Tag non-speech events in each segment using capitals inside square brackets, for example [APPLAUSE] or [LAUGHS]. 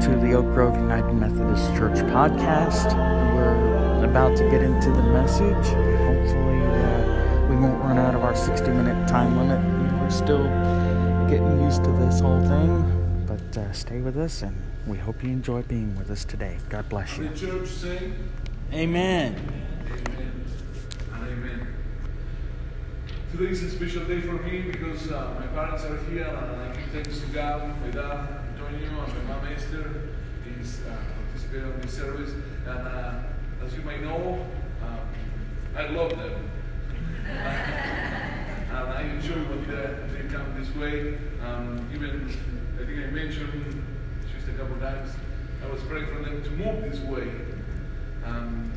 to the Oak Grove United Methodist Church podcast. We're about to get into the message. Hopefully, uh, we won't run out of our 60 minute time limit. We're still getting used to this whole thing, but uh, stay with us and we hope you enjoy being with us today. God bless you. The church sing, Amen. Amen and Amen. Today is a special day for me because uh, my parents are here and I give thanks to God. My dad, Antonio, and my mom, Esther, is uh, participating in this service. And uh, as you may know, um, I love them. [LAUGHS] and I enjoy when they, they come this way. Um, even, I think I mentioned just a couple times, I was praying for them to move this way. Um,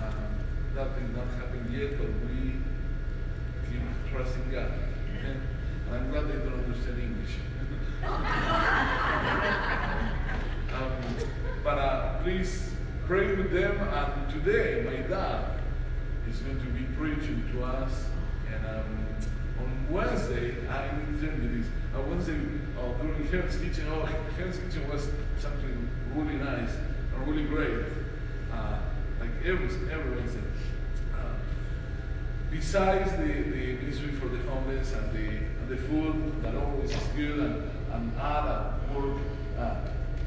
um, that did not happen yet, but we keep trusting God. Amen. And I'm glad they don't understand English. [LAUGHS] um, but uh, please pray with them. And today, my dad is going to be preaching to us. And um, on Wednesday, I intended this. On Wednesday, uh, during Helen's Kitchen, oh, Helen's Kitchen was something really nice, uh, really great. Uh, like every, every Wednesday. Uh, besides the, the ministry for the homeless and the, and the food that always is good and, and Ada work uh,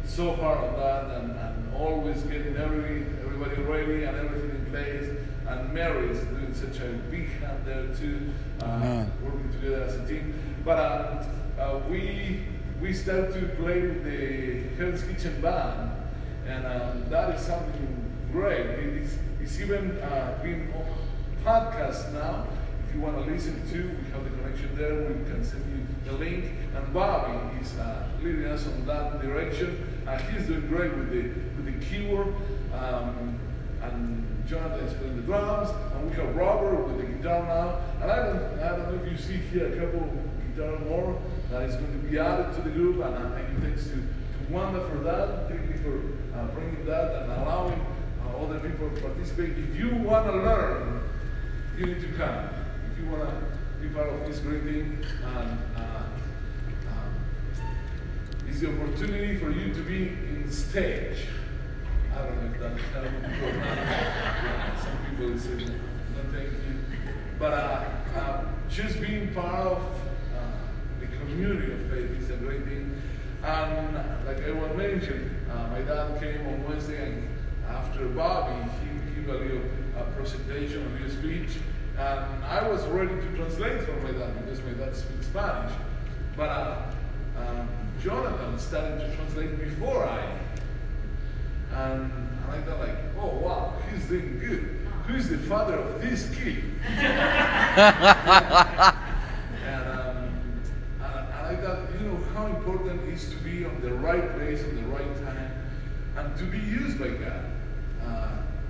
so hard on that and, and always getting every, everybody ready and everything in place and Mary is doing such a big hand there too uh, Amen. working together as a team but uh, uh, we we start to play with the Hell's Kitchen band and um, that is something great it is it's even uh, being on- podcast now. If you want to listen to, we have the connection there. We can send you the link. And Bobby is uh, leading us on that direction. Uh, he's doing great with the with the keyboard. Um, and Jonathan is playing the drums. And we have Robert with the guitar now. And I don't, I don't know if you see here a couple guitar more that is going to be added to the group. And I think thanks to, to Wanda for that. Thank you for uh, bringing that and allowing uh, other people participate. If you want to learn, you need to come. If you want to be part of this great thing, um, uh, um, it's the opportunity for you to be in stage. I don't know if that helped you or not. Yeah, [LAUGHS] Some people say, no, thank you. But uh, uh, just being part of uh, the community of faith is a great thing. And uh, like I was mentioned, uh, my dad came on Wednesday and after Bobby, he gave a little uh, presentation, a little speech. And I was ready to translate for my dad because my dad speaks Spanish. But uh, um, Jonathan started to translate before I and, and I thought like, oh wow, he's doing good. Who's the father of this kid? and, um, and, and I thought, you know, how important it is to be on the right place at the right time and to be used by God. Uh,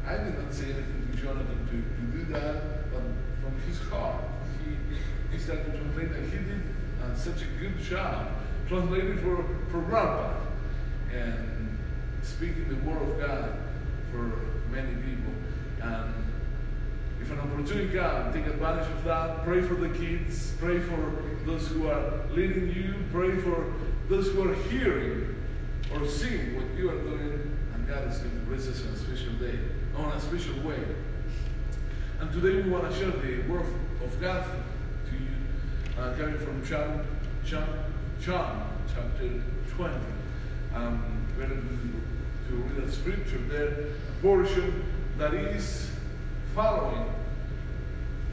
I did not say anything to Jonathan to, to do that, but from his heart, he, he started to translate and he did uh, such a good job translating for, for grandpa and speaking the word of God for many people. And if an opportunity comes, take advantage of that. Pray for the kids. Pray for those who are leading you. Pray for those who are hearing or seeing what you are doing. And God is going to bless us on a special day, on a special way. And today we want to share the word of God to you, uh, coming from John, John, John chapter 20. Um, we're going to read a scripture there, a portion that is following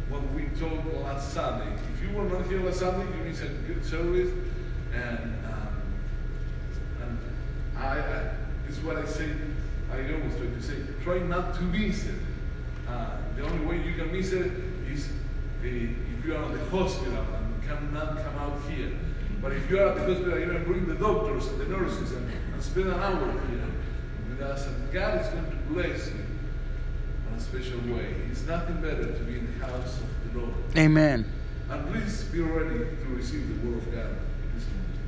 what we told last Sunday. If you were not here last Sunday, you missed a good service, and um, and I, I it's what I say. I always try to say, try not to miss it. Uh, the only way you can miss it is uh, if you are at the hospital and cannot come out here. But if you are at the hospital, you can bring the doctors and the nurses and, and spend an hour here with us, and God is going to bless you in a special way. It's nothing better to be in the house of the Lord. Amen. And please be ready to receive the word of God this morning.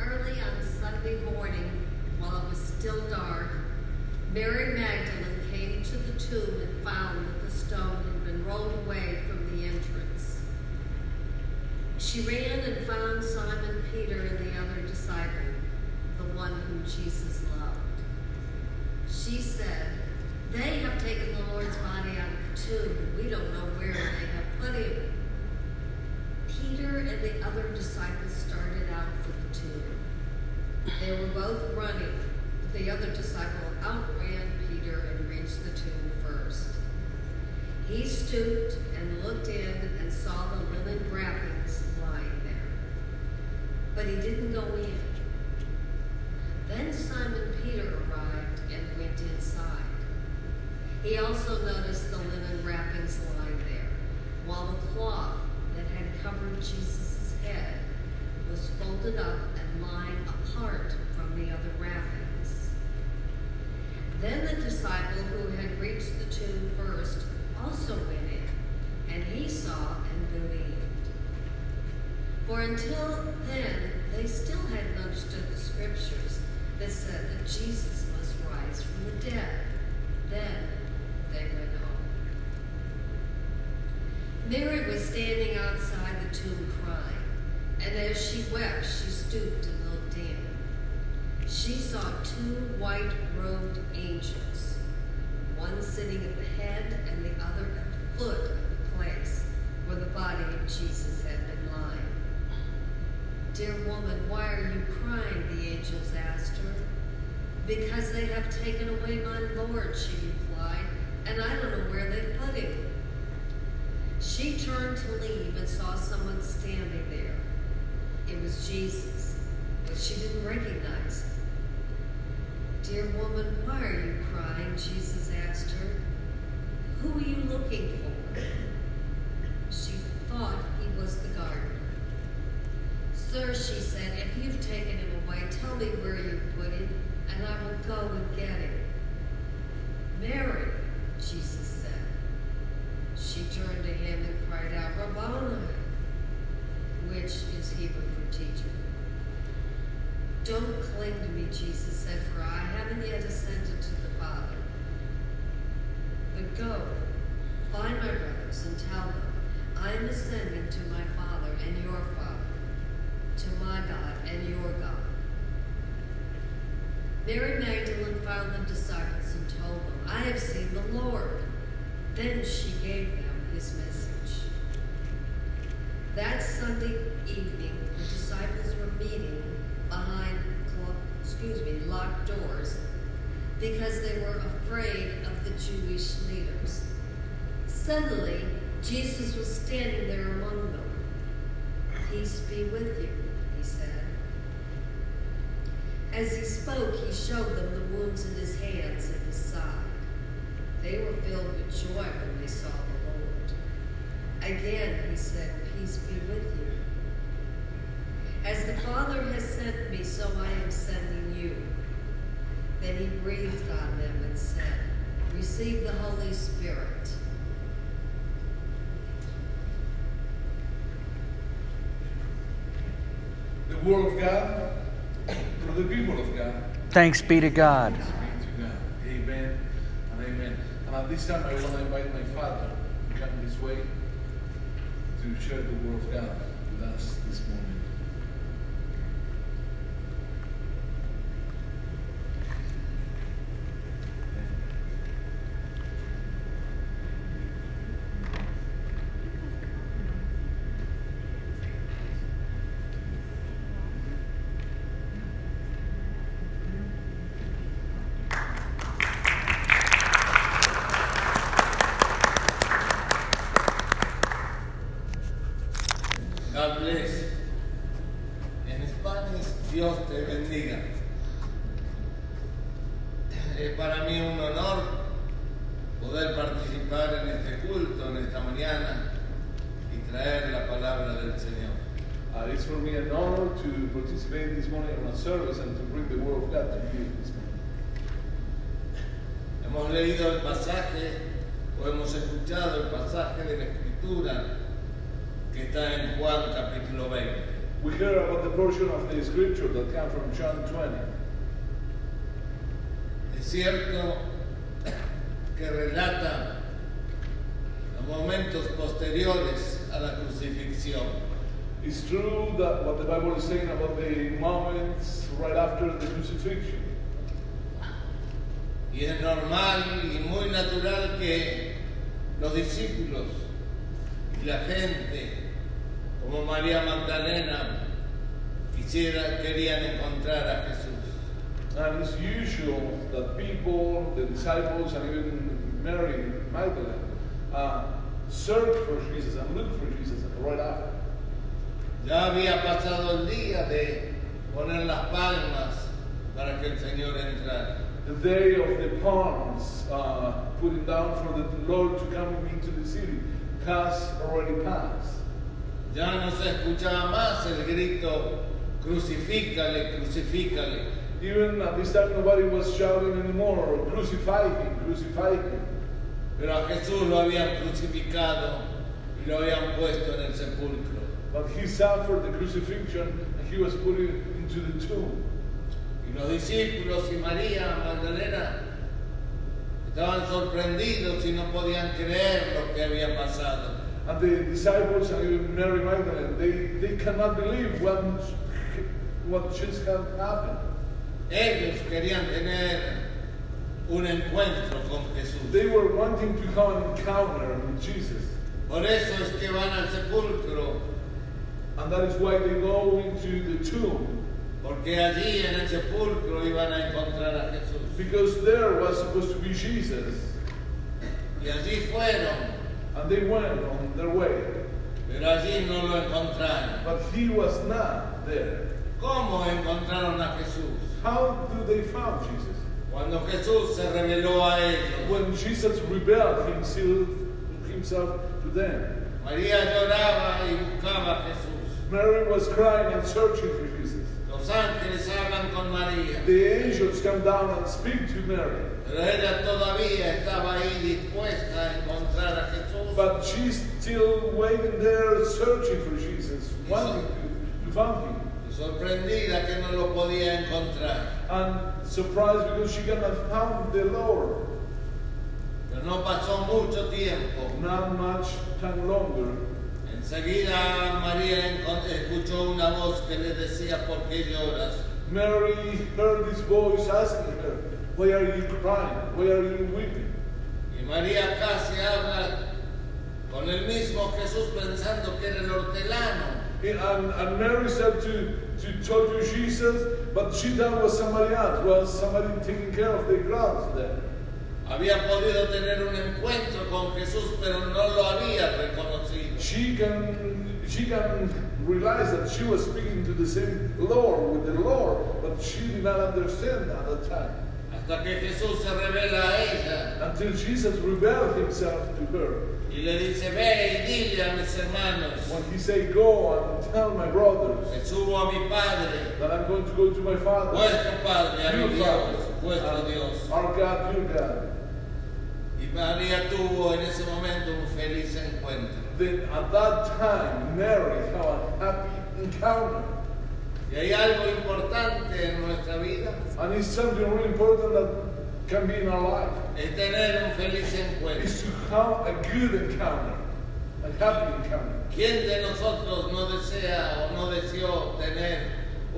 Early on Sunday morning, while it was still dark, Mary Magdalene came to to the tomb and found that the stone had been rolled away from the entrance. She ran and found Simon Peter and the other disciple, the one whom Jesus loved. She said, They have taken the Lord's body out of the tomb. We don't know where they have put him. Peter and the other disciple started out for the tomb. They were both running, but the other disciple outran Peter and reached the tomb first. He stooped and looked in and saw the linen wrappings lying there. But he didn't go in. Then Simon Peter arrived and went inside. He also noticed the linen wrappings lying there, while the cloth that had covered Jesus' head was folded up and lying apart from the other wrappings. Then the disciple who had reached the tomb first also went in, and he saw and believed. For until then, they still hadn't understood the scriptures that said that Jesus must rise from the dead. Then they went home. Mary was standing outside the tomb crying, and as she wept, she stooped and looked in. She saw two white robed angels, one sitting at the head and the other at the foot of the place where the body of Jesus had been lying. Dear woman, why are you crying? The angels asked her. Because they have taken away my Lord, she replied, and I don't know where they've put him. She turned to leave and saw someone standing there. It was Jesus, but she didn't recognize him. Dear woman, why are you crying? Jesus asked her. Who are you looking for? She thought he was the gardener. Sir, she said, if you've taken him away, tell me where you put him, and I will go and get him. Mary, Jesus said. She turned to him and cried out, Rabboni, which is Hebrew for teacher. Don't cling to me, Jesus said, for I haven't yet ascended to the Father. But go, find my brothers and tell them, I am ascending to my Father and your Father, to my God and your God. Mary Magdalene found the disciples and told them, I have seen the Lord. Then she gave them his message. That Sunday evening, the disciples were meeting behind, clo- excuse me, locked doors because they were afraid of the Jewish leaders. Suddenly, Jesus was standing there among them. Peace be with you, he said. As he spoke, he showed them the wounds in his hands and his side. They were filled with joy when they saw the Lord. Again, he said, Peace be with you. As the Father has sent me, so I am sending you. Then he breathed on them and said, Receive the Holy Spirit. The Word of God [COUGHS] for the people of God. Thanks be to God. Thanks be to God. Amen and amen. And at this time, I want to invite my father to come this way to share the Word of God with us this morning. God bless. En Spanish, Dios te bendiga. [COUGHS] Es para mí un honor poder participar en este culto, en esta mañana, y traer la palabra del Señor. Uh, it's for me an honor to participate this morning in a service and to bring the Word of God to you this morning. Hemos leído el pasaje o hemos escuchado el pasaje de la Escritura que está en Juan capítulo 20. We hear about the portion of the scripture that comes from John 20. Es cierto que que relata los momentos posteriores a la crucifixión. It's true that what the Bible is saying about the moments right after the crucifixion. Y es normal y muy natural que los discípulos y la gente, como María Magdalena, quisiera, querían encontrar a Jesús. And it's usual that people, the disciples, and even Mary Magdalene, uh, search for Jesus and look for Jesus right after. Ya había pasado el día de poner las palmas para que el Señor entrara. The day of the palms, uh, putting down for the Lord to come into the city, has already passed. Ya no se escuchaba más el grito, crucifícale, crucifícale. Even at this time, nobody was shouting anymore, crucify him, crucify him. Pero a Jesús lo habían crucificado y lo habían puesto en el sepulcro. But he suffered the crucifixion and he was put in- into the tomb. Y los discípulos y María Magdalena estaban sorprendidos y no podían creer lo que había pasado. And the disciples and even Mary Magdalene, they, they cannot believe what, what just had happened. Ellos querían tener un encuentro con Jesús. They were wanting to have an encounter with Jesus. Por eso es que van al sepulcro, And that is why they go into the tomb. porque allí en el sepulcro iban a encontrar a Jesús. Because there was supposed to be Jesus. Y allí fueron, And they went on their way. pero allí no lo encontraron. But he was not there. ¿Cómo encontraron a Jesús? How do they find Jesus? Cuando Jesús se reveló a ellos, When Jesus rebelled himself, himself to them, María lloraba y buscaba a Jesús. Mary was crying and searching for Jesus. Los ángeles hablan con María, The angels come down and speak to Mary. pero ella todavía estaba ahí dispuesta a encontrar a Jesús. But she's still waiting there, searching for Jesus, wanting to, to find him. Y sorprendida que no lo podía encontrar. And surprised because she cannot find the Lord. Pero no pasó mucho tiempo. Not much time longer. Enseguida María encon- escuchó una voz que le decía, ¿por qué lloras? Mary heard this voice asking her, Why are you crying? Why are you weeping? Y María casi habla con el mismo Jesús pensando que era el hortelano. And, and Mary said to, to told you Jesus, but she thought was somebody else, was somebody taking care of the grounds there. Había podido tener un encuentro con Jesús, pero no lo había reconocido. She can she can realize that she was speaking to the same Lord with the Lord, but she did not understand at that time. Hasta que Jesús se revela a ella Until Jesus revealed himself to her. y le dice, ve y dile a mis hermanos When he said, Go and tell my brothers que subo a mi Padre that I'm going to go to my father. vuestro Padre, a mi Your Dios, father. vuestro and Dios. Our God, your God. Y María tuvo en ese momento un feliz encuentro. Then at that time, Mary had a happy encounter. Y hay algo importante en nuestra vida, And it's something really important that can be in our life. es tener un feliz It's encuentro. to have a good encounter, a happy encounter. ¿Quién de nosotros no desea o no deseó tener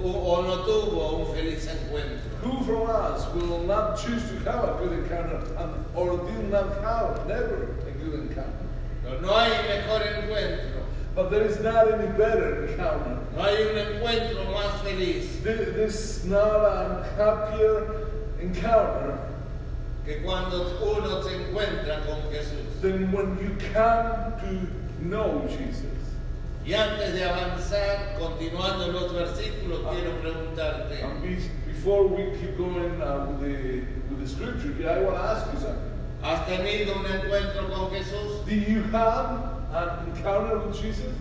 o, o no tuvo un feliz encuentro? Who from us will not choose to have a good encounter and, or did not have, never a good encounter? Pero no hay mejor encuentro, But there is not any better encounter. no hay un encuentro más feliz This, this is not a happier encounter que cuando uno se encuentra con Jesús. than when you come to know Jesus. Y antes de avanzar, continuando en los versículos, quiero preguntarte. And be- before we keep going uh, with, the, with the scripture here, I want to ask you something. ¿Has tenido un encuentro con Jesús? Do you have an encounter with Jesus?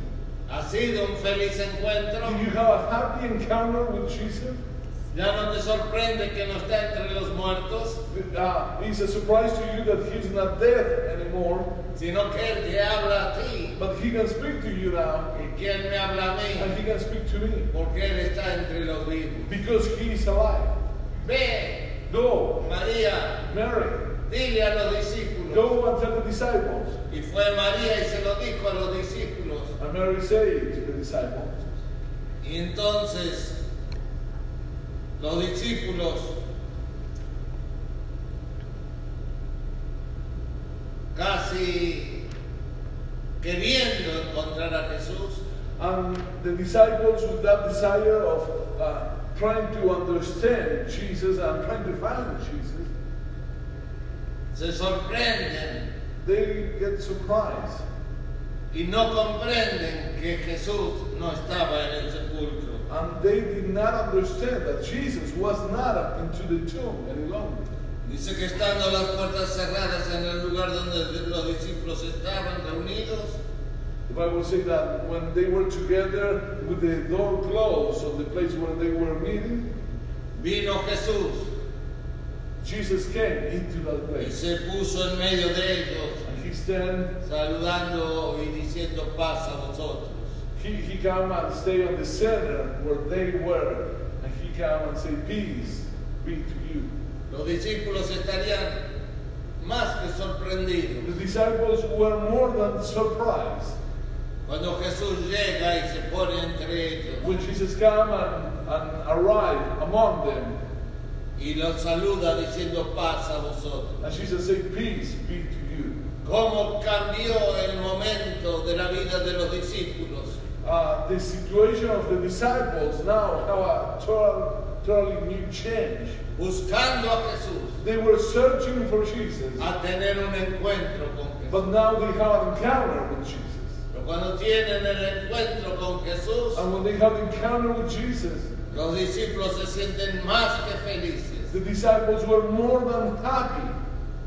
¿Ha sido un feliz encuentro? Do you have a happy encounter with Jesus? ¿Ya no te sorprende que no está entre los muertos, Uh, it's a surprise to you that he's not dead anymore, sino que Él te habla a ti? but he can speak to you now, ¿Y quién me habla a and mí? he can speak to me Porque Él está entre los vivos. because he is alive. Ve, Go, María, Mary, dile a los discípulos disciples. Y fue María y se lo dijo a los discípulos. And Mary said to the disciples, Y entonces los discípulos casi queriendo encontrar a Jesús, and the disciples with that desire of uh, trying to understand Jesus and trying to find Jesus, se sorprenden they get surprised y no comprenden que Jesús no estaba en el sepulcro. and they did not understand that Jesus was not into the tomb any longer. Dice que estando las puertas cerradas en el lugar donde los discípulos estaban reunidos, The Bible says that when they were together with the door closed on the place where they were meeting, vino Jesús Jesus came into that y place se puso en medio de ellos, and he stand, saludando y diciendo paz a vosotros. he, he come and stay on the center where they were and he come and say peace be to you. Los discípulos estarían más que The sorprendidos disciples were more than surprised cuando Jesús llega y se pone entre ellos when Jesus come and, and arrived among them y los saluda diciendo paz a vosotros. and Jesus say peace be to you. ¿Cómo cambió el momento de la vida de los discípulos? Uh, the situation of the disciples now have a total, totally new change. Buscando a Jesús. They were searching for Jesus, a tener un encuentro con Jesús. but now they have an encounter with Jesus. Pero cuando tienen el encuentro con Jesús, And when they have encounter with Jesus, los discípulos se sienten más que felices. the disciples were more than happy.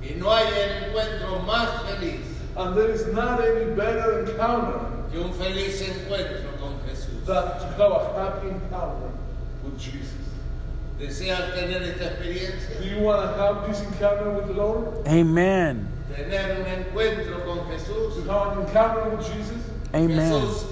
Y no hay encuentro más feliz And there is not any better encounter que un feliz encuentro con Jesús. than to have a happy encounter with Jesus. ¿Deseas tener esta Do experiencia? you want to have this encounter with the Lord? Amen. Tener un encuentro con Jesús. To have an encounter with Jesus? Amen. Jesús,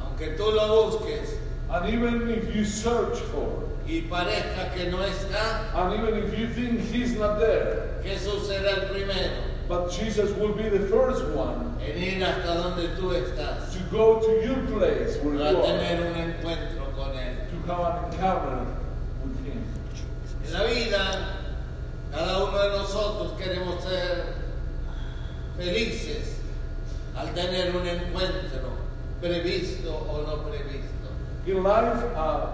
aunque tú lo busques And even if you search for, y parezca que no está, and even if you think He's not there, Jesús será el primero But Jesus will be the first one en ir hasta donde tú estás to go to your place where you para tener are un encuentro con Él. to have an encounter with Him. En la vida, cada uno de nosotros queremos ser felices al tener un encuentro, previsto o no previsto. In life, uh,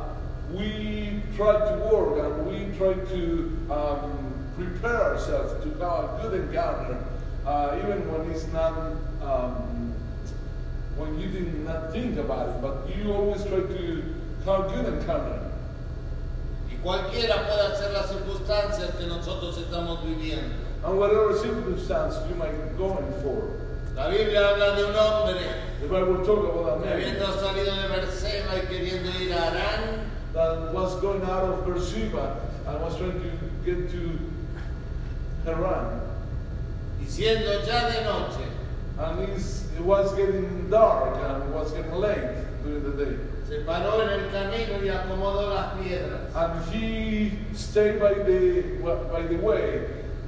we try to work and we try to um, prepare ourselves to have a good encounter, uh, even when it's not. Um, when you did not think about it, but you always try to have a good encounter. Y cualquiera pueda ser las circunstancias que nosotros estamos viviendo. And whatever circumstance you might be going for, La Biblia habla de un hombre the Bible talk about que that man. habiendo salido de Berseba y queriendo ir a Arán, that was going out of Beersheba and was trying to get to Haran. y siendo ya de noche, And it's, it was getting dark and was getting late during the day. se paró en el camino y acomodó las piedras. And he stayed by the, by the way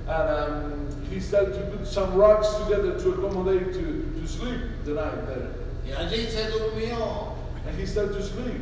and um, he started to put some rocks together to accommodate to, to sleep the night there. Y allí se durmió And he started to sleep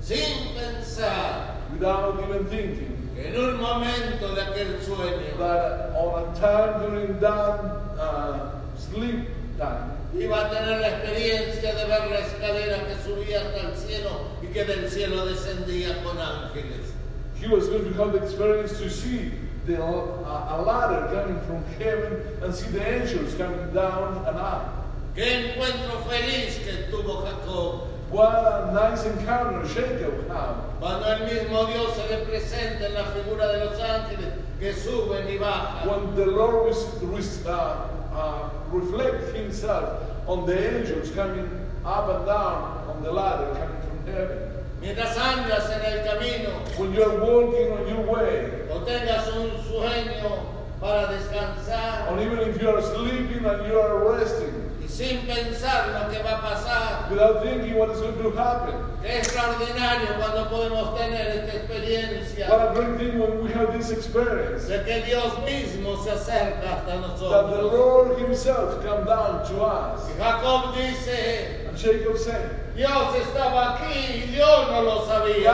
sin pensar. without even thinking En un momento de aquel sueño that on a time during that uh, sleep time, iba a tener la experiencia de ver la escalera que subía hasta el cielo y que del cielo descendía con ángeles. He was going to have the experience to see the, uh, a ladder coming from heaven and see the angels coming down and up. Qué encuentro feliz que tuvo Jacob What a nice encounter Jacob had cuando el mismo Dios se le presenta en la figura de los ángeles que suben y bajan. when the Lord was, was, uh, uh, reflect Himself on the angels coming up and down on the ladder coming from heaven. Mientras andas en el camino When you are walking on your way, o tengas un sueño para descansar or even if you are sleeping and you are resting, y sin pensar lo que va a pasar. without thinking what is going to happen. Qué extraordinario cuando podemos tener esta experiencia What a great thing when we have this experience de que Dios mismo se acerca hasta that the nosotros. Lord Himself come down to us. Jacob dice, And Jacob said, Dios estaba aquí y yo no lo sabía.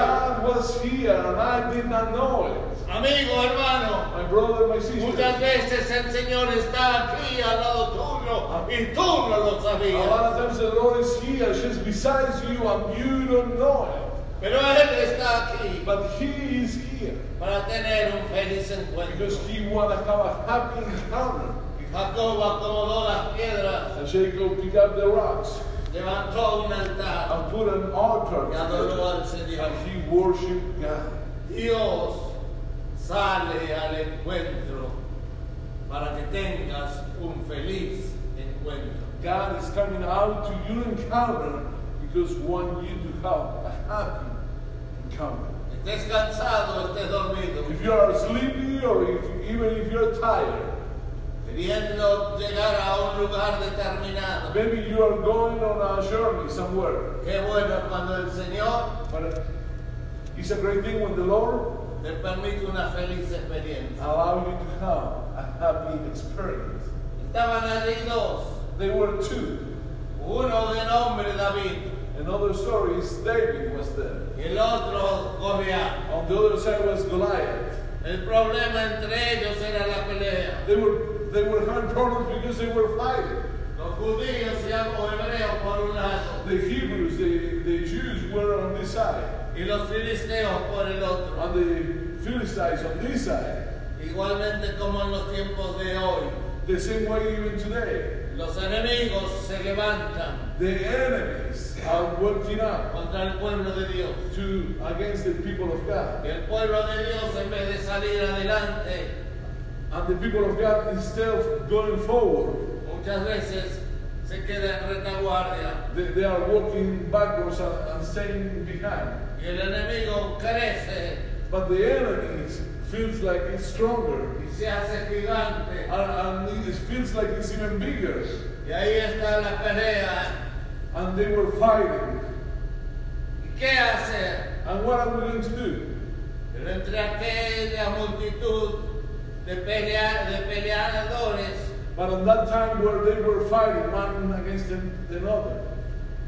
God was here and I did not know it. Amigo, hermano, My brother, my muchas sister. veces el Señor está aquí al lado tuyo y tú no A lo lot sabías. of times the Lord is here, just besides you, and you don't know Pero Él está aquí it. But He is here para tener un feliz encuentro. because He wants to have a happy encounter. Y Jacob acomodó las piedras, And Jacob picked up the rocks levantó un altar and put an altar y adoró al together. Señor. And he worshipped God. Dios sale al encuentro para que tengas un feliz encuentro. God is coming out to your encounter because want you to have a happy encounter. Estés cansado, estés dormido, If you are sleepy or if, even if you're tired, queriendo llegar a un lugar determinado. maybe you are going on a journey somewhere. Qué bueno cuando el Señor But uh, it's a great thing when the Lord te permite una feliz experiencia. allows you to have a happy experience. Estaban allí dos, They were two. uno de nombre David Another story is David was there. y el otro Goliat. On the other side was Goliath. El problema entre ellos era la pelea. They were they were having problems because they were fighting. Los judíos y ambos hebreos por un lado The Hebrews, the, the Jews were on this side, y los filisteos por el otro. and the Philistines on this side. Igualmente como en los tiempos de hoy, The same way even today. los enemigos se levantan The enemies are working up contra el pueblo de Dios. to against the people of Y God. el pueblo de Dios en vez de salir adelante, And the people of God, instead of going forward, muchas veces se queda en retaguardia they, they are walking backwards and, and staying behind. y el enemigo crece But the enemies feels like it's stronger, y se hace gigante. and, and it feels like it's even bigger. Y ahí está la pelea. And they were fighting. ¿Y qué hacer? And what are we going to do? Pero entre aquella multitud de, pelea- de peleadores, But on that time where they were fighting one against an- another,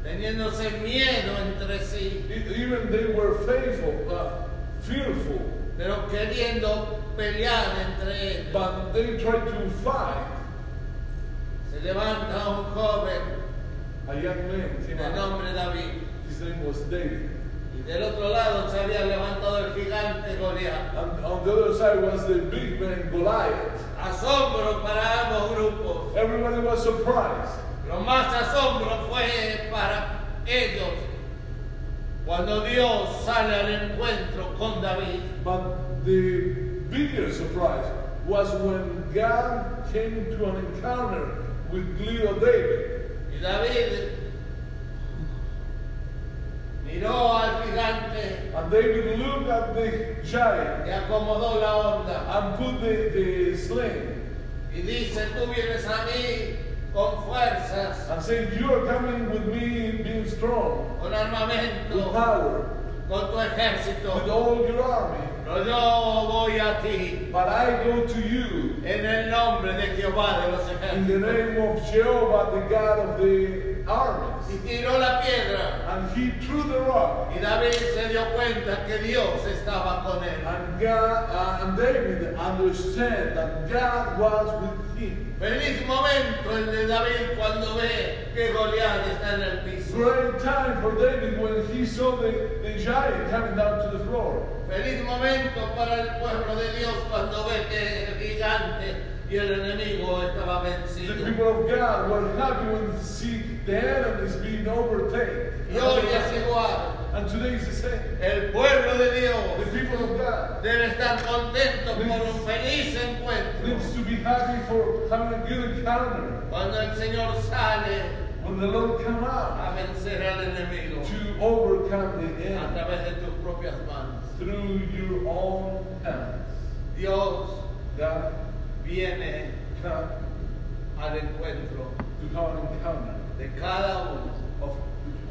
teniéndose miedo entre sí, e- even they were faithful, uh, fearful, pero queriendo pelear entre ellos, but they tried to fight. se levanta un joven A young man came de out. nombre David. His name was David. Y del otro lado se había levantado el gigante Goliat. And on the other side was the big man Goliath. Asombro para ambos grupos. Everybody was surprised. Lo más asombro fue para ellos cuando Dios sale al encuentro con David. But the bigger surprise was when God came to an encounter with little David. Y David miró al gigante And David looked at the giant y acomodó la onda. and put the, the sling Y dice, tú vienes a mí con fuerzas, and say, You are coming with me being strong, con with armamento, power, con tu with ejército. all your army. Pero yo voy a ti But I go to you en el nombre de Jehová de los in the ejércitos. name of Jehovah, the God of the Y armies. tiró la piedra. And he threw the rock. Y David se dio cuenta que Dios estaba con él. And God uh, and David understand that God was with him. Feliz momento el de David cuando ve que Goliat está en el piso. Great time for David when he saw the, the giant coming down to the floor. Feliz momento para el pueblo de Dios cuando ve que el gigante y el enemigo estaba The vencido. people of God were happy when they see the enemies being overtaken. Y hoy es igual. And today is the same. El pueblo de Dios The people of God debe estar contento por un feliz encuentro. needs to be happy for having a good encounter Cuando el Señor sale when the Lord come out a vencer al enemigo to overcome the a enemy través de tus propias manos. through your own hands. Dios God viene come al encuentro to have an encounter de cada uno of,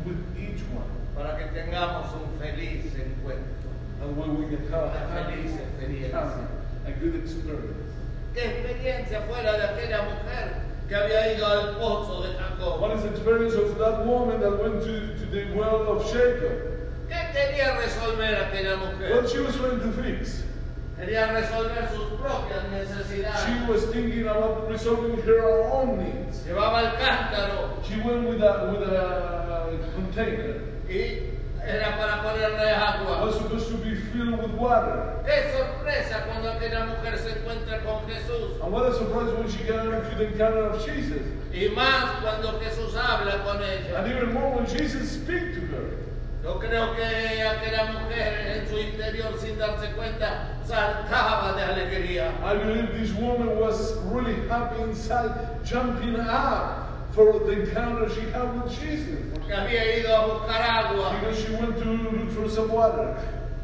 with each one. para que tengamos un feliz encuentro. And when we can have a Una happy feliz experiencia. encounter, a good experience. ¿Qué experiencia fuera de aquella mujer que había ido al pozo de What Jacob? is the experience of that woman that went to, to the well of Jacob? ¿Qué quería resolver aquella What mujer? she was trying to fix. Quería resolver sus propias She necesidades. was thinking about resolving her own needs. Llevaba el cántaro She went with a, with a container. y era para ponerle It agua. was supposed to be filled with water. Qué sorpresa cuando aquella mujer se encuentra con Jesús. And what a surprise when she got into the encounter of Jesus. Y más cuando Jesús habla con ella. And even more when Jesus speaks to her. Yo creo que aquella mujer en su interior sin darse cuenta saltaba de alegría. I believe this woman was really happy inside, jumping up for the encounter she had with Jesus. Porque había ido a buscar agua Because she went to look for some water.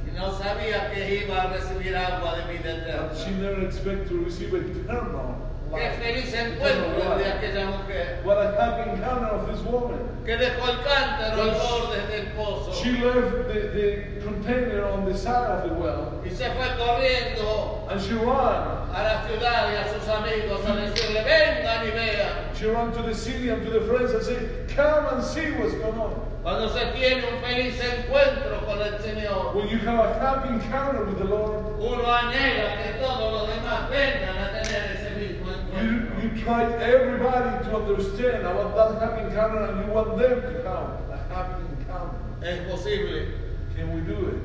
y no sabía que iba a recibir agua de vida eterna. She never expected to receive eternal Qué life. feliz Eternal encuentro el de life. aquella mujer What a happy encounter of this woman. que dejó el cántaro al borde del pozo She left the, the container on the side of the well y se fue corriendo and she ran. a la ciudad y a sus amigos a decirle vengan y vean. She ran to the city and to the friends and said, Come and see what's going on. Cuando se tiene un feliz encuentro con el Señor, When you have a happy encounter with the Lord, uno anhela que todos los demás vengan a tener ese mismo you, encuentro. you try everybody to understand about that happy encounter and you want them to have a happy encounter. Es posible Can we do it?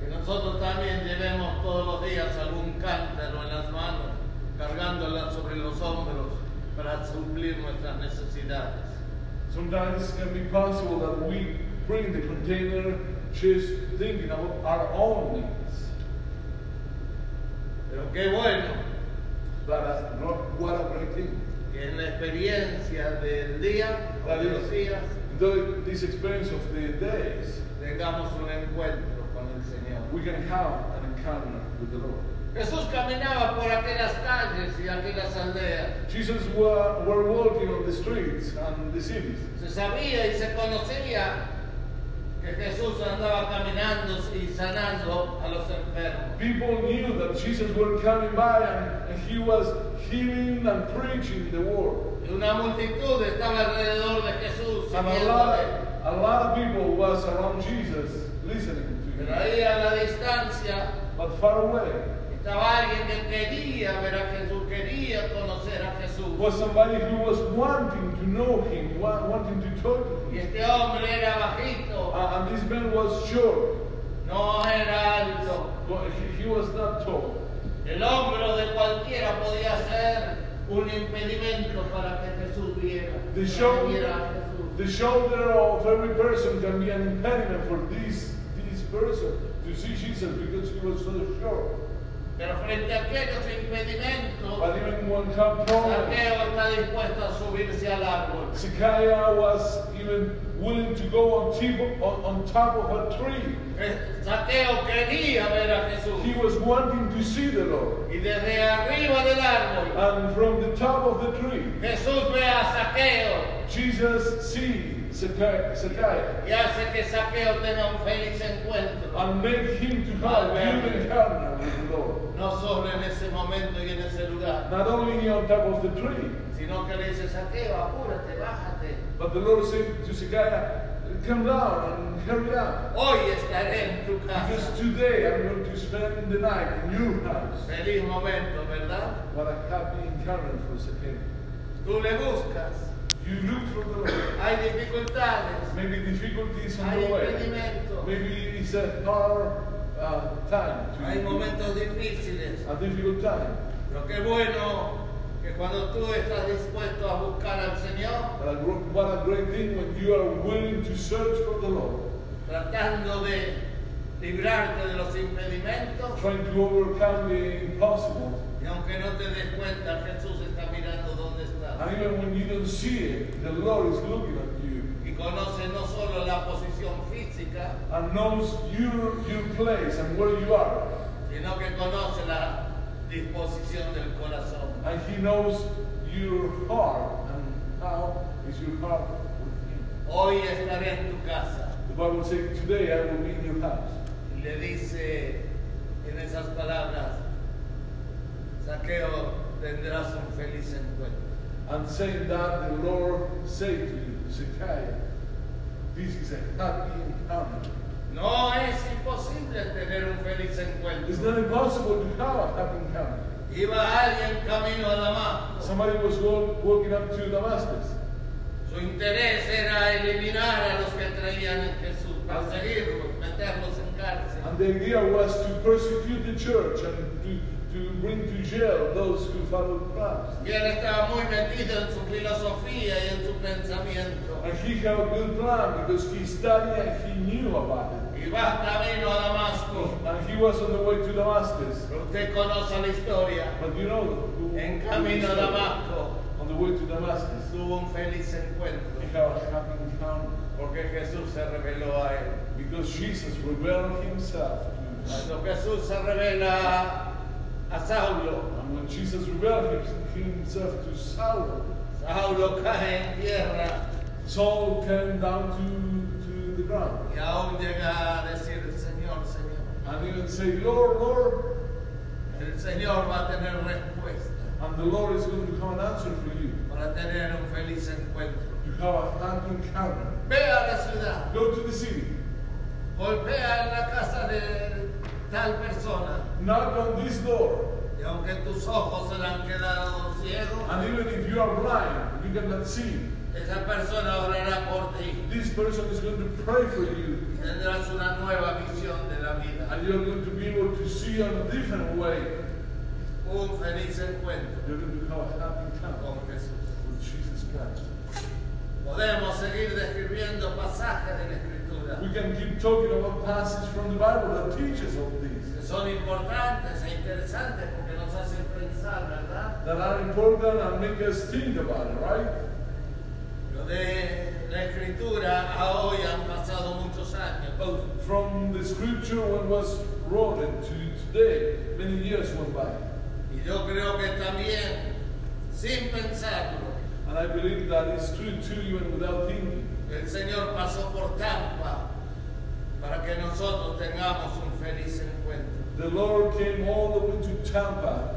Que nosotros también llevemos todos los días algún cántaro en las manos, cargándola sobre los hombros para suplir nuestras necesidades. Sometimes it can be possible that we bring the container just thinking about our own needs. Pero qué bueno But that's not what a great thing. que en la experiencia del día, o de los días, Though this experience of the days, tengamos un encuentro con el Señor. we can have an encounter with the Lord. Jesús caminaba por aquellas calles y aquellas aldeas. Jesus were, were walking on the streets and the cities. Se sabía y se conocía que Jesús andaba caminando y sanando a los enfermos. People knew that Jesus were coming by and, and he was healing and preaching the word. Y una multitud estaba alrededor de Jesús. And a lot, siguiéndole. a lot of people was around Jesus listening to Pero him. ahí a la distancia But far away estaba alguien que quería ver a Jesús, quería conocer a Jesús. was somebody who was wanting to know him, wa- wanting to talk to Y him. este hombre era bajito, And, and this man was short. no era alto. Well, he, he was not tall. El hombro de cualquiera podía ser un impedimento para que Jesús viera. The para que viera a shoulder, Jesús. the shoulder of every person can be an impediment for this this person to see Jesus because he was so short. Pero frente a aquellos impedimentos, But even when come problem, Mateo está dispuesto a subirse al árbol. Sakaya was even willing to go on, tip, on, on top of a tree. Mateo Eh, quería ver a Jesús. He was wanting to see the Lord. Y desde arriba del árbol, And from the top of the tree, Jesús ve a Saqueo Jesus sees Sakaya y hace que Saqueo tenga un feliz encuentro. and make him to have a human encounter with the Lord. No solo en ese momento y en ese lugar, Not only on top of the tree, sino que le dice, Saqueo, apúrate, bájate. but the Lord said to Sakaya, Come down and hurry up. Hoy estaré en tu casa. Because today I'm going to spend the night in your house. Feliz momento, ¿verdad? What a happy encounter for Sakaya. Tú le buscas. You look for the Lord. Hay dificultades. Maybe difficulties on Hay the way. impedimentos. Maybe it's a hard uh, time. Hay To momentos difíciles. a difficult time. Pero qué bueno que cuando tú estás dispuesto a buscar al Señor, But a gr- what a great thing when you are willing to search for the Lord, tratando de librarte de los impedimentos. trying to overcome the impossible. Y aunque no te des cuenta, Jesús está mirando dónde estás. And even when you don't see it, the Lord is looking at you Y conoce no solo la posición física, and knows your, your place and where you are. sino que conoce la disposición del corazón. And He knows your heart and How is your heart with Him? Hoy estaré en tu casa. The Bible says, Today I will be in your house. Y le dice en esas palabras, Saqueo, tendrás un feliz encuentro. And saying that, the Lord said to you, Zacchaeus, This is a happy encounter. No es imposible tener un It's feliz not encuentro. impossible to have a happy encounter. Iba alguien camino a Damasco. Somebody was walk- walking up to Damascus. Su interés era eliminar a los que traían en Jesús, perseguirlos, meterlos en cárcel. And the idea was to persecute the church and to, to bring to jail those who followed Christ. Y él estaba muy metido en su filosofía y en su pensamiento. And he had a good plan because he studied and he knew about it. Y va camino a Damasco. And he was on the way to Damascus. Pero usted conoce la historia. But you know, who, En camino a Damasco on the way to Damascus, tuvo un feliz encuentro. he had a happy encounter Porque Jesús se reveló a él. because Jesus revealed himself to him. Cuando Jesús se revela a Saulo, And when Jesus revealed him- himself to Saul, Saulo cae en tierra Saul came down to, to the ground y aún llega a decir, Señor, Señor, and even say, Lord, Lord, el Señor va a tener respuesta and the Lord is going to come and answer for you. para tener un feliz encuentro. You have a happy encounter. Ve a la ciudad, Go to the city. golpea en la casa de tal persona Knock on this door. y aunque tus ojos se le han quedado ciegos, And even if you are blind, you cannot see. esa persona orará por ti This person is going to pray for you. y tendrás una nueva visión de la vida. And you're going to be able to see on a different way. Un feliz encuentro You're going to have a happy encounter con Jesús. with Jesus Christ. Podemos seguir describiendo pasajes de la Escritura We can keep talking about passages from the Bible that teaches all this. que son importantes e interesantes porque nos hacen pensar, ¿verdad? That are important and make us think about it, right? Pero de la Escritura a hoy han pasado muchos años. Well, from the scripture when was wrote and to today, many years went by. Y yo creo que también, sin pensarlo, And I believe that it's true too, even without thinking. el Señor pasó por Tampa para que nosotros tengamos un feliz encuentro. The Lord came all the way to Tampa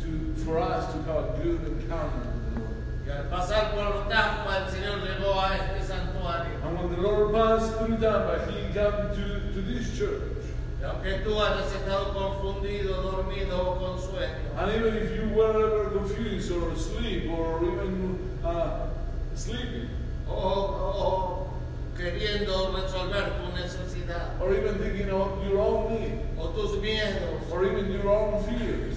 to, for us to have a good encounter with the Lord. Y al pasar por Tampa, el Señor llegó a este santuario. And when the Lord passed through Tampa, he came to, to this church. Y aunque tú hayas estado confundido, dormido o con sueño, And even if you were ever confused or asleep or even uh, sleeping o, o queriendo resolver tu necesidad or even thinking of your own need o tus miedos, or even your own fears,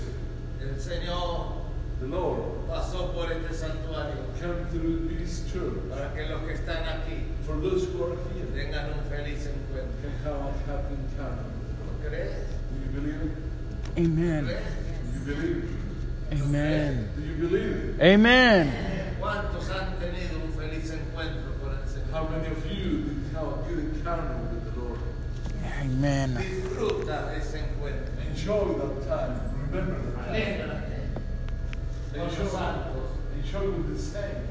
el Señor the Lord pasó por este santuario come through this church. para que los que están aquí For those who are here, they tengan un feliz encuentro. can have a happy encounter. ¿Lo crees? Do you believe it? Amen. ¿Crees? Do you believe it? Amen. Do you believe Amen. ¿Cuántos han tenido un feliz encuentro con el it? Señor? How many of you did have a good encounter with the Lord? Amen. Disfruta de ese encuentro. Enjoy that time. Remember that time. Alégrate con Enjoy, los santos enjoy with the saints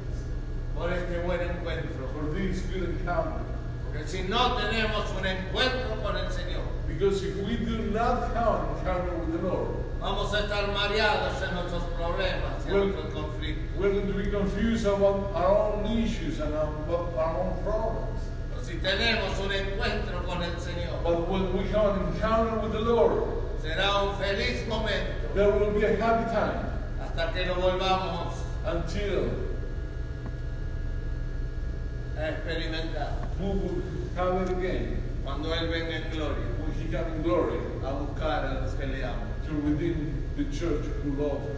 por este buen encuentro. for this good encounter. Porque si no tenemos un encuentro con el Señor, Because if we do not have an encounter with the Lord, Vamos a estar mareados en nuestros problemas, en Bueno. nuestros conflictos. we're going to be confused about our own issues and our, about our own problems. Pero si tenemos un encuentro con el Señor, But when we have an encounter with the Lord, será un feliz momento There will be a happy time hasta que lo volvamos until a experimentar. we will have it again Cuando Él venga en gloria when He comes in glory a buscar a los que le aman. to redeem the church who love Him.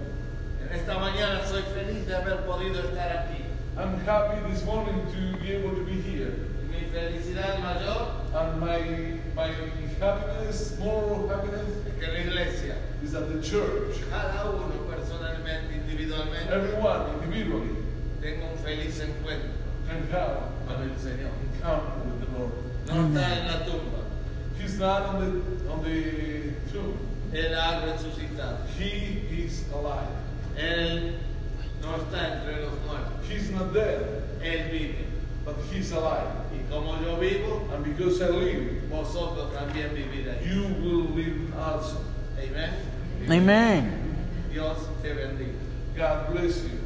En esta mañana soy feliz de haber podido estar aquí. I'm happy this morning to be able to be here, Mi felicidad mayor and my my happiness, moral happiness, es que la iglesia, is that the church, cada uno personalmente, individualmente, everyone individually, tenga un feliz encuentro can have con an el Señor. encounter with the Lord. No está en la tumba. He's not on the on the tomb. Él ha resucitado. He is alive. Él no está entre los muertos. He's not dead, Él vive. but he's alive. Y como yo vivo, And because I live, vosotros también viviréis. you will live also. Amén. Amen. Dios te bendiga. God bless you.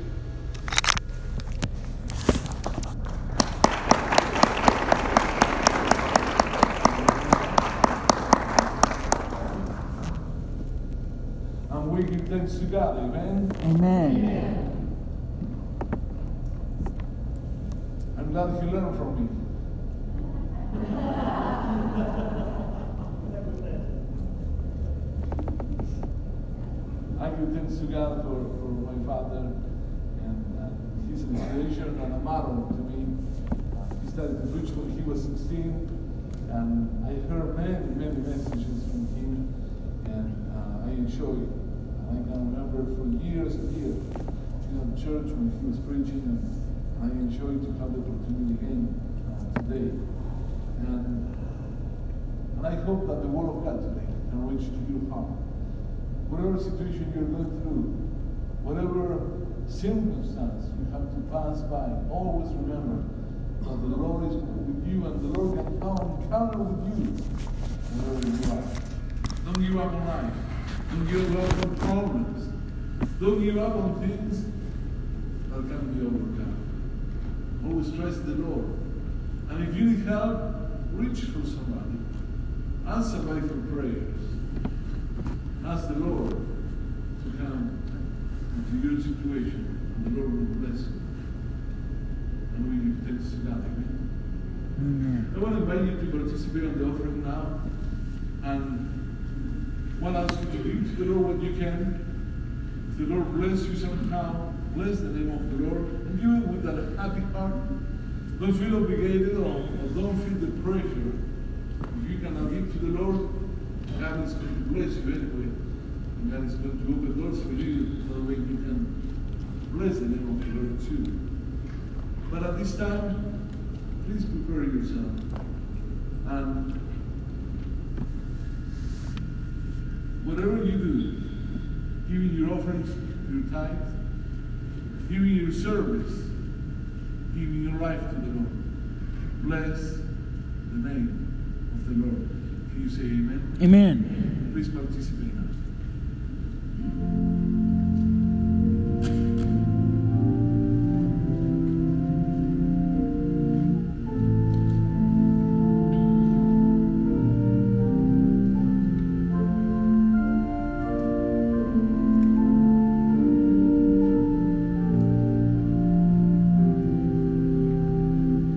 And we give thanks to God, amen. Amen. I'm glad you learned from me. I give thanks to God for, for my father and uh, his inspiration and a model to me. Uh, he started to preach when he was 16, and I heard many, many messages from him, and uh, I enjoyed it. And I can remember for years and years, you know, church when he was preaching, and I enjoyed to have the opportunity again uh, today. And and I hope that the Word of God today can reach to your heart. Whatever situation you're going through, whatever circumstance you have to pass by, always remember that the Lord is with you and the Lord can come and encounter with you wherever you are. Don't give up on life. Don't give up on problems. Don't give up on things that can be overcome. Always trust the Lord. And if you need help, reach for somebody. Ask somebody for prayers. Ask the Lord to come into your situation, and the Lord will bless you. And we give thanks to God. Amen. Amen. I want to invite you to participate on the offering now. And what else you to give to the Lord what you can. The Lord bless you somehow. Bless the name of the Lord. And do it with a happy heart. Don't feel obligated or, or don't feel the pressure. If you cannot give to the Lord, God is going to bless you anyway. And God is going to open doors for you so that way you can bless the name of the Lord too. But at this time, please prepare yourself. And whatever you do, giving your offerings, your tithes, giving your service, giving your life to the Lord, bless the name of the Lord. Can you say amen? Amen. Please participate now. Amen.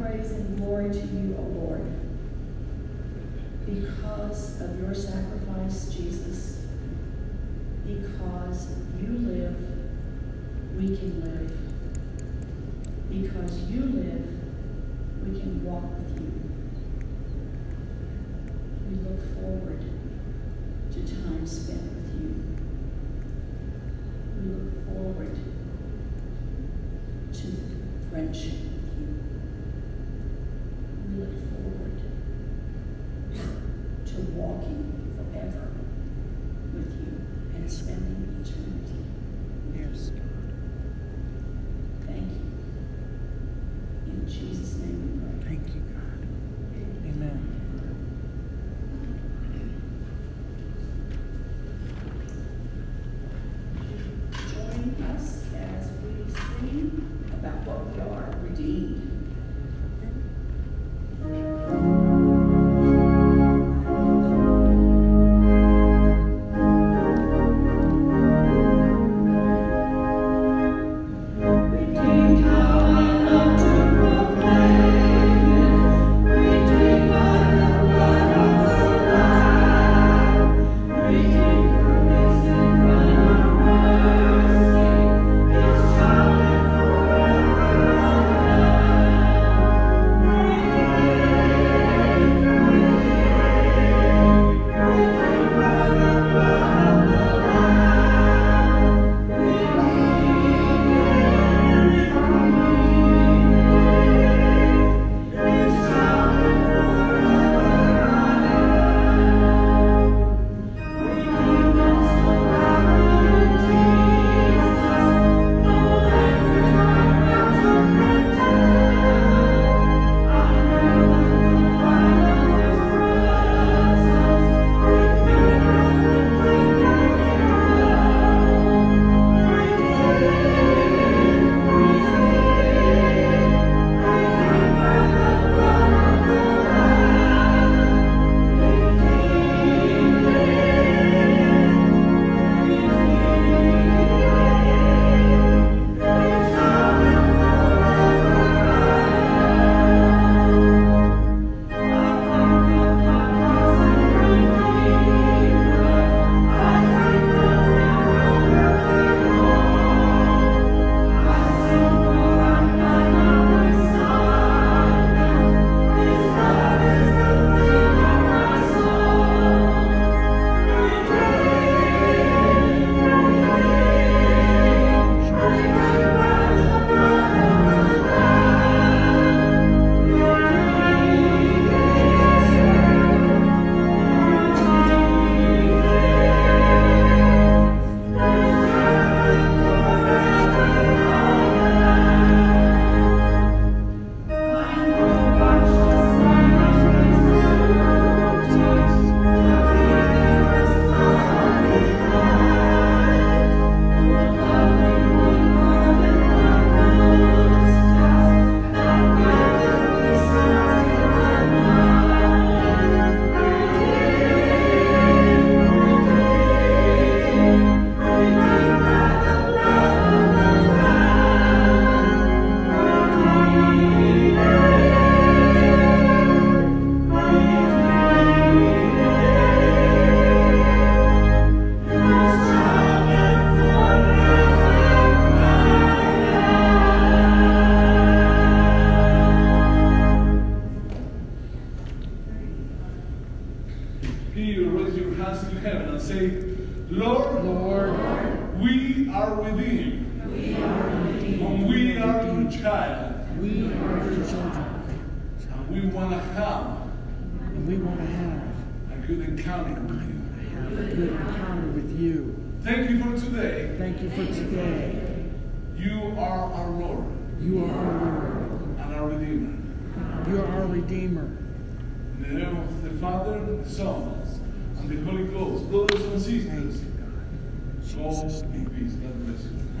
praise and glory to you, O Lord. Because of your sacrifice, Jesus, because you live, we can live. Because you live, we can walk with you. We look forward to time spent with you. We look forward to friendship with you. We look forward to walking forever with you and spending eternity. Yes. Thank you. In Jesus' name we pray. Thank you, God. Amen. Join us as we sing about what we are redeemed. Redeemed, how I love to proclaim it. Redeemed by the blood of the Lamb. Redeemed from his sin, from our mercy. His child and forever Can you raise your hands to heaven and say, Lord, Lord, we are redeemed. And We are your child, We are your children, and we want to have and we want to have a good encounter with you. have a good encounter with you. Thank you for today. Thank you for today. You are our Lord You are our Lord. and our Redeemer. You are our Redeemer. In the name of the Father, the Son, and the Holy Ghost, brothers and sisters, Thank you, God. In go Jesus' name. in peace. God bless you.